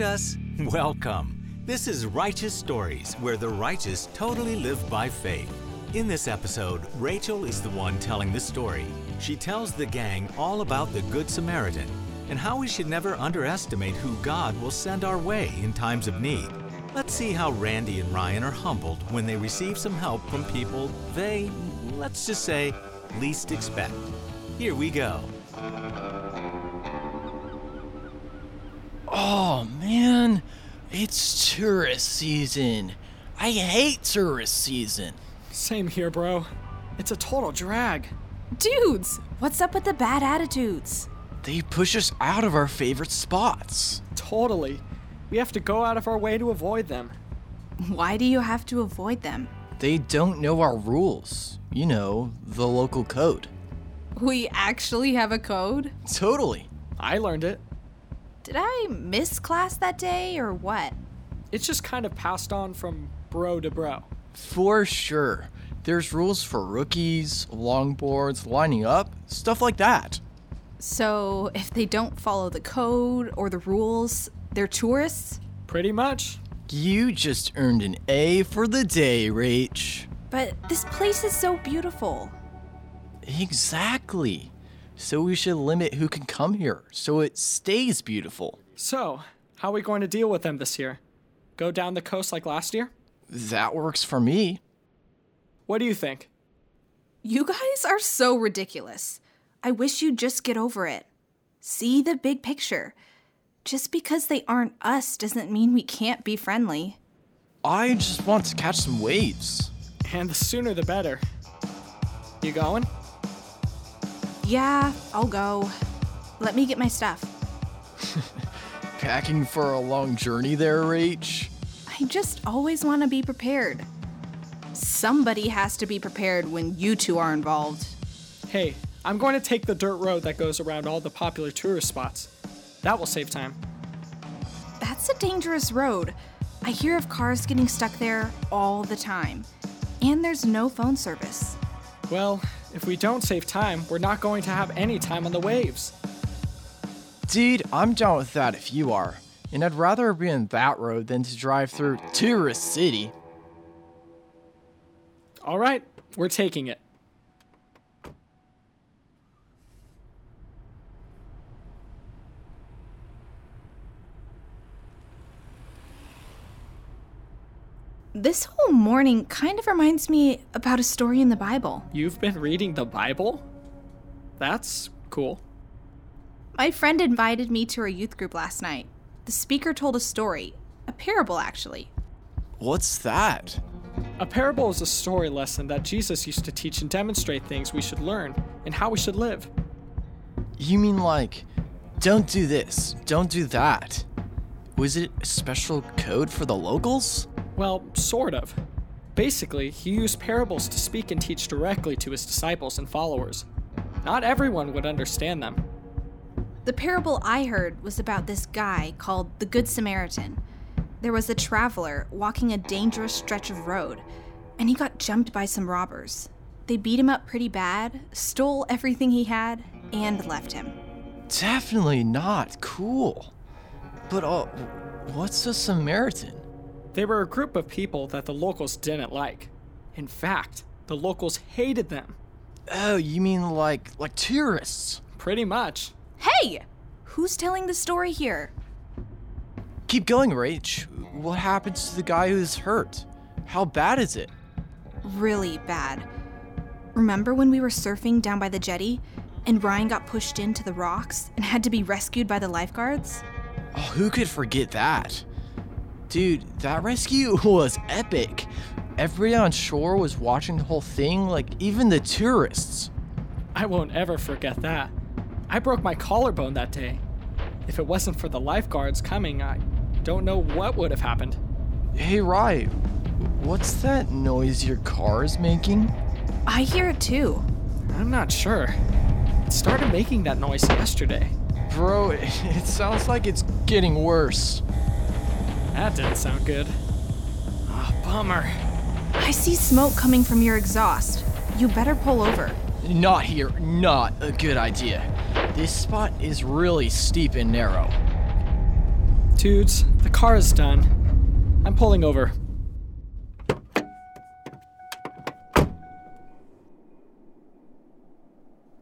us? Welcome. This is Righteous Stories, where the righteous totally live by faith. In this episode, Rachel is the one telling the story. She tells the gang all about the Good Samaritan and how we should never underestimate who God will send our way in times of need. Let's see how Randy and Ryan are humbled when they receive some help from people they, let's just say, least expect. Here we go. Oh man, it's tourist season. I hate tourist season. Same here, bro. It's a total drag. Dudes, what's up with the bad attitudes? They push us out of our favorite spots. Totally. We have to go out of our way to avoid them. Why do you have to avoid them? They don't know our rules. You know, the local code. We actually have a code? Totally. I learned it. Did I miss class that day or what? It's just kind of passed on from bro to bro. For sure. There's rules for rookies, longboards, lining up, stuff like that. So, if they don't follow the code or the rules, they're tourists? Pretty much. You just earned an A for the day, Rach. But this place is so beautiful. Exactly. So we should limit who can come here so it stays beautiful. So, how are we going to deal with them this year? Go down the coast like last year? That works for me. What do you think? You guys are so ridiculous. I wish you'd just get over it. See the big picture. Just because they aren't us doesn't mean we can't be friendly. I just want to catch some waves. And the sooner the better. You going? Yeah, I'll go. Let me get my stuff. Packing for a long journey there, Rach? I just always want to be prepared. Somebody has to be prepared when you two are involved. Hey, I'm going to take the dirt road that goes around all the popular tourist spots. That will save time. That's a dangerous road. I hear of cars getting stuck there all the time. And there's no phone service. Well, if we don't save time, we're not going to have any time on the waves. Dude, I'm down with that if you are. And I'd rather be on that road than to drive through Tourist City. All right, we're taking it. This whole morning kind of reminds me about a story in the Bible. You've been reading the Bible? That's cool. My friend invited me to her youth group last night. The speaker told a story, a parable actually. What's that? A parable is a story lesson that Jesus used to teach and demonstrate things we should learn and how we should live. You mean like, don't do this, don't do that? Was it a special code for the locals? Well, sort of. Basically, he used parables to speak and teach directly to his disciples and followers. Not everyone would understand them. The parable I heard was about this guy called the Good Samaritan. There was a traveler walking a dangerous stretch of road, and he got jumped by some robbers. They beat him up pretty bad, stole everything he had, and left him. Definitely not cool. But uh, what's a Samaritan? They were a group of people that the locals didn't like. In fact, the locals hated them. Oh, you mean like like tourists? Pretty much. Hey! Who's telling the story here? Keep going, Rach. What happens to the guy who's hurt? How bad is it? Really bad. Remember when we were surfing down by the jetty and Ryan got pushed into the rocks and had to be rescued by the lifeguards? Oh, who could forget that? Dude, that rescue was epic. Everyone on shore was watching the whole thing, like even the tourists. I won't ever forget that. I broke my collarbone that day. If it wasn't for the lifeguards coming, I don't know what would have happened. Hey, Rai, what's that noise your car is making? I hear it too. I'm not sure. It started making that noise yesterday. Bro, it, it sounds like it's getting worse. That didn't sound good. Ah, bummer. I see smoke coming from your exhaust. You better pull over. Not here, not a good idea. This spot is really steep and narrow. Dudes, the car is done. I'm pulling over.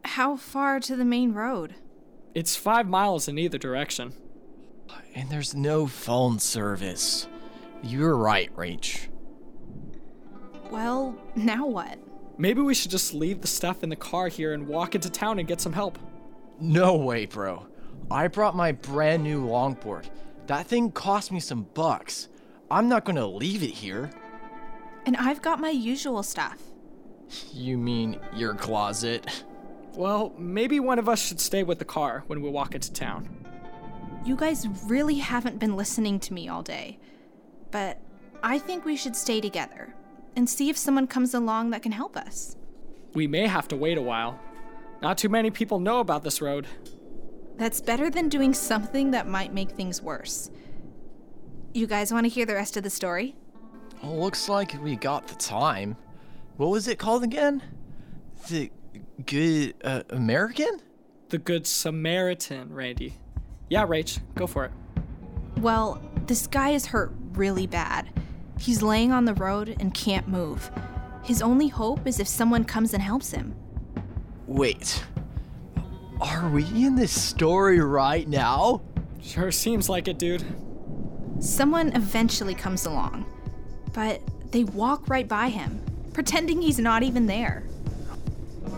How far to the main road? It's five miles in either direction. And there's no phone service. You're right, Rach. Well, now what? Maybe we should just leave the stuff in the car here and walk into town and get some help. No way, bro. I brought my brand new longboard. That thing cost me some bucks. I'm not gonna leave it here. And I've got my usual stuff. You mean your closet? Well, maybe one of us should stay with the car when we walk into town. You guys really haven't been listening to me all day. But I think we should stay together and see if someone comes along that can help us. We may have to wait a while. Not too many people know about this road. That's better than doing something that might make things worse. You guys want to hear the rest of the story? Well, looks like we got the time. What was it called again? The good uh, American? The Good Samaritan, Randy. Yeah, Rach, go for it. Well, this guy is hurt really bad. He's laying on the road and can't move. His only hope is if someone comes and helps him. Wait. Are we in this story right now? Sure seems like it, dude. Someone eventually comes along, but they walk right by him, pretending he's not even there.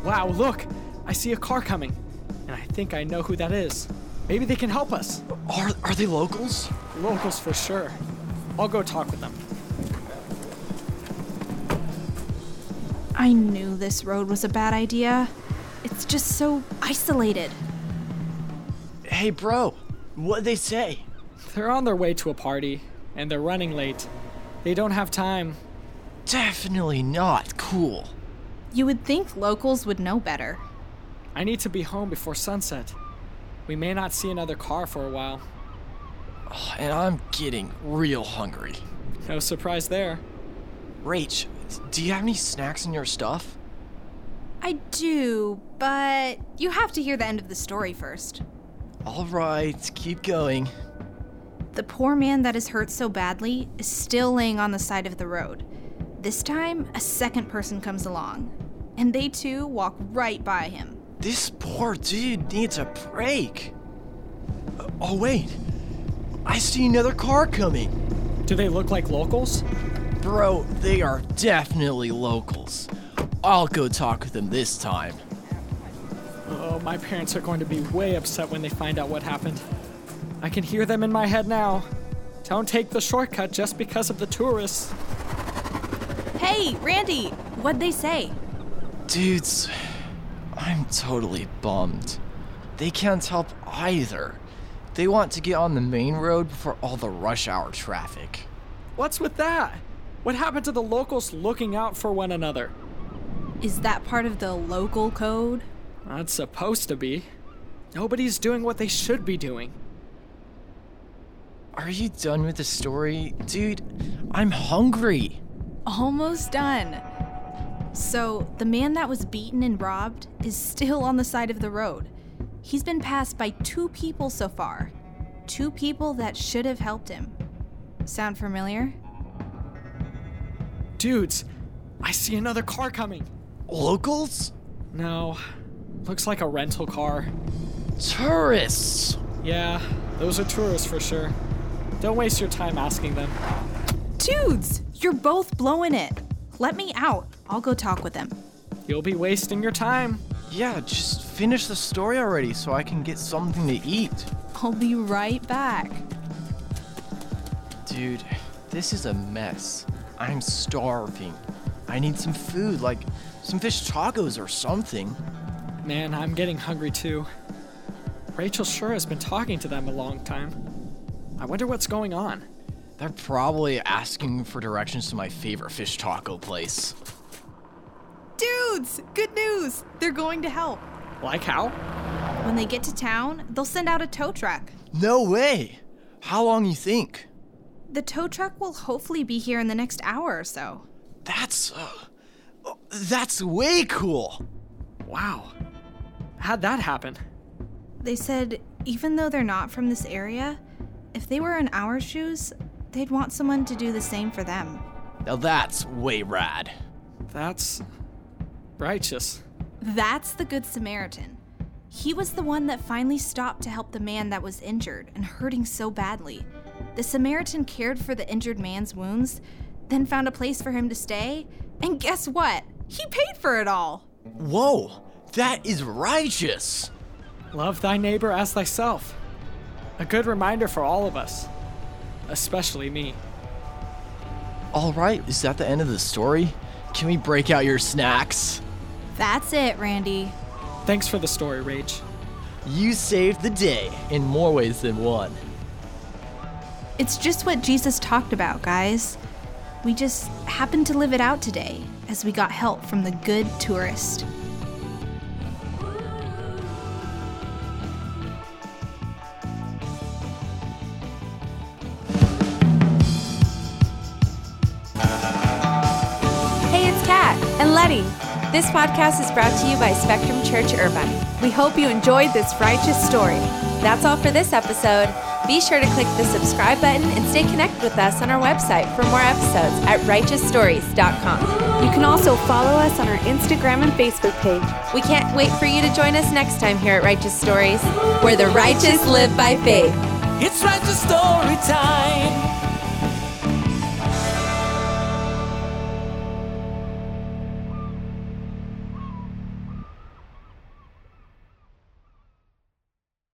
Wow, look! I see a car coming, and I think I know who that is. Maybe they can help us. Are are they locals? Locals for sure. I'll go talk with them. I knew this road was a bad idea. It's just so isolated. Hey, bro. What they say? They're on their way to a party, and they're running late. They don't have time. Definitely not cool. You would think locals would know better. I need to be home before sunset. We may not see another car for a while. And I'm getting real hungry. No surprise there. Rach, do you have any snacks in your stuff? I do, but you have to hear the end of the story first. All right, keep going. The poor man that is hurt so badly is still laying on the side of the road. This time, a second person comes along, and they too walk right by him. This poor dude needs a break. Uh, Oh, wait. I see another car coming. Do they look like locals? Bro, they are definitely locals. I'll go talk with them this time. Oh, my parents are going to be way upset when they find out what happened. I can hear them in my head now. Don't take the shortcut just because of the tourists. Hey, Randy, what'd they say? Dudes, I'm totally bummed. They can't help either. They want to get on the main road before all the rush hour traffic. What's with that? What happened to the locals looking out for one another? Is that part of the local code? That's supposed to be. Nobody's doing what they should be doing. Are you done with the story? Dude, I'm hungry. Almost done. So, the man that was beaten and robbed is still on the side of the road. He's been passed by two people so far. Two people that should have helped him. Sound familiar? Dudes, I see another car coming. Locals? No, looks like a rental car. Tourists! Yeah, those are tourists for sure. Don't waste your time asking them. Dudes, you're both blowing it. Let me out. I'll go talk with them. You'll be wasting your time. Yeah, just finish the story already so I can get something to eat. I'll be right back. Dude, this is a mess. I'm starving. I need some food, like some fish tacos or something. Man, I'm getting hungry too. Rachel sure has been talking to them a long time. I wonder what's going on. They're probably asking for directions to my favorite fish taco place. Dudes, good news. They're going to help. Like how? When they get to town, they'll send out a tow truck. No way! How long you think? The tow truck will hopefully be here in the next hour or so. That's uh, oh, that's way cool. Wow. How'd that happen? They said even though they're not from this area, If they were in our shoes, they'd want someone to do the same for them. Now that's way rad. That's righteous. That's the Good Samaritan. He was the one that finally stopped to help the man that was injured and hurting so badly. The Samaritan cared for the injured man's wounds, then found a place for him to stay, and guess what? He paid for it all. Whoa, that is righteous. Love thy neighbor as thyself. A good reminder for all of us, especially me. All right, is that the end of the story? Can we break out your snacks? That's it, Randy. Thanks for the story, Rach. You saved the day in more ways than one. It's just what Jesus talked about, guys. We just happened to live it out today as we got help from the good tourist. Hey, it's Kat and Letty. This podcast is brought to you by Spectrum Church Irvine. We hope you enjoyed this righteous story. That's all for this episode. Be sure to click the subscribe button and stay connected with us on our website for more episodes at righteousstories.com. You can also follow us on our Instagram and Facebook page. We can't wait for you to join us next time here at Righteous Stories, where the righteous live by faith. It's right to story time.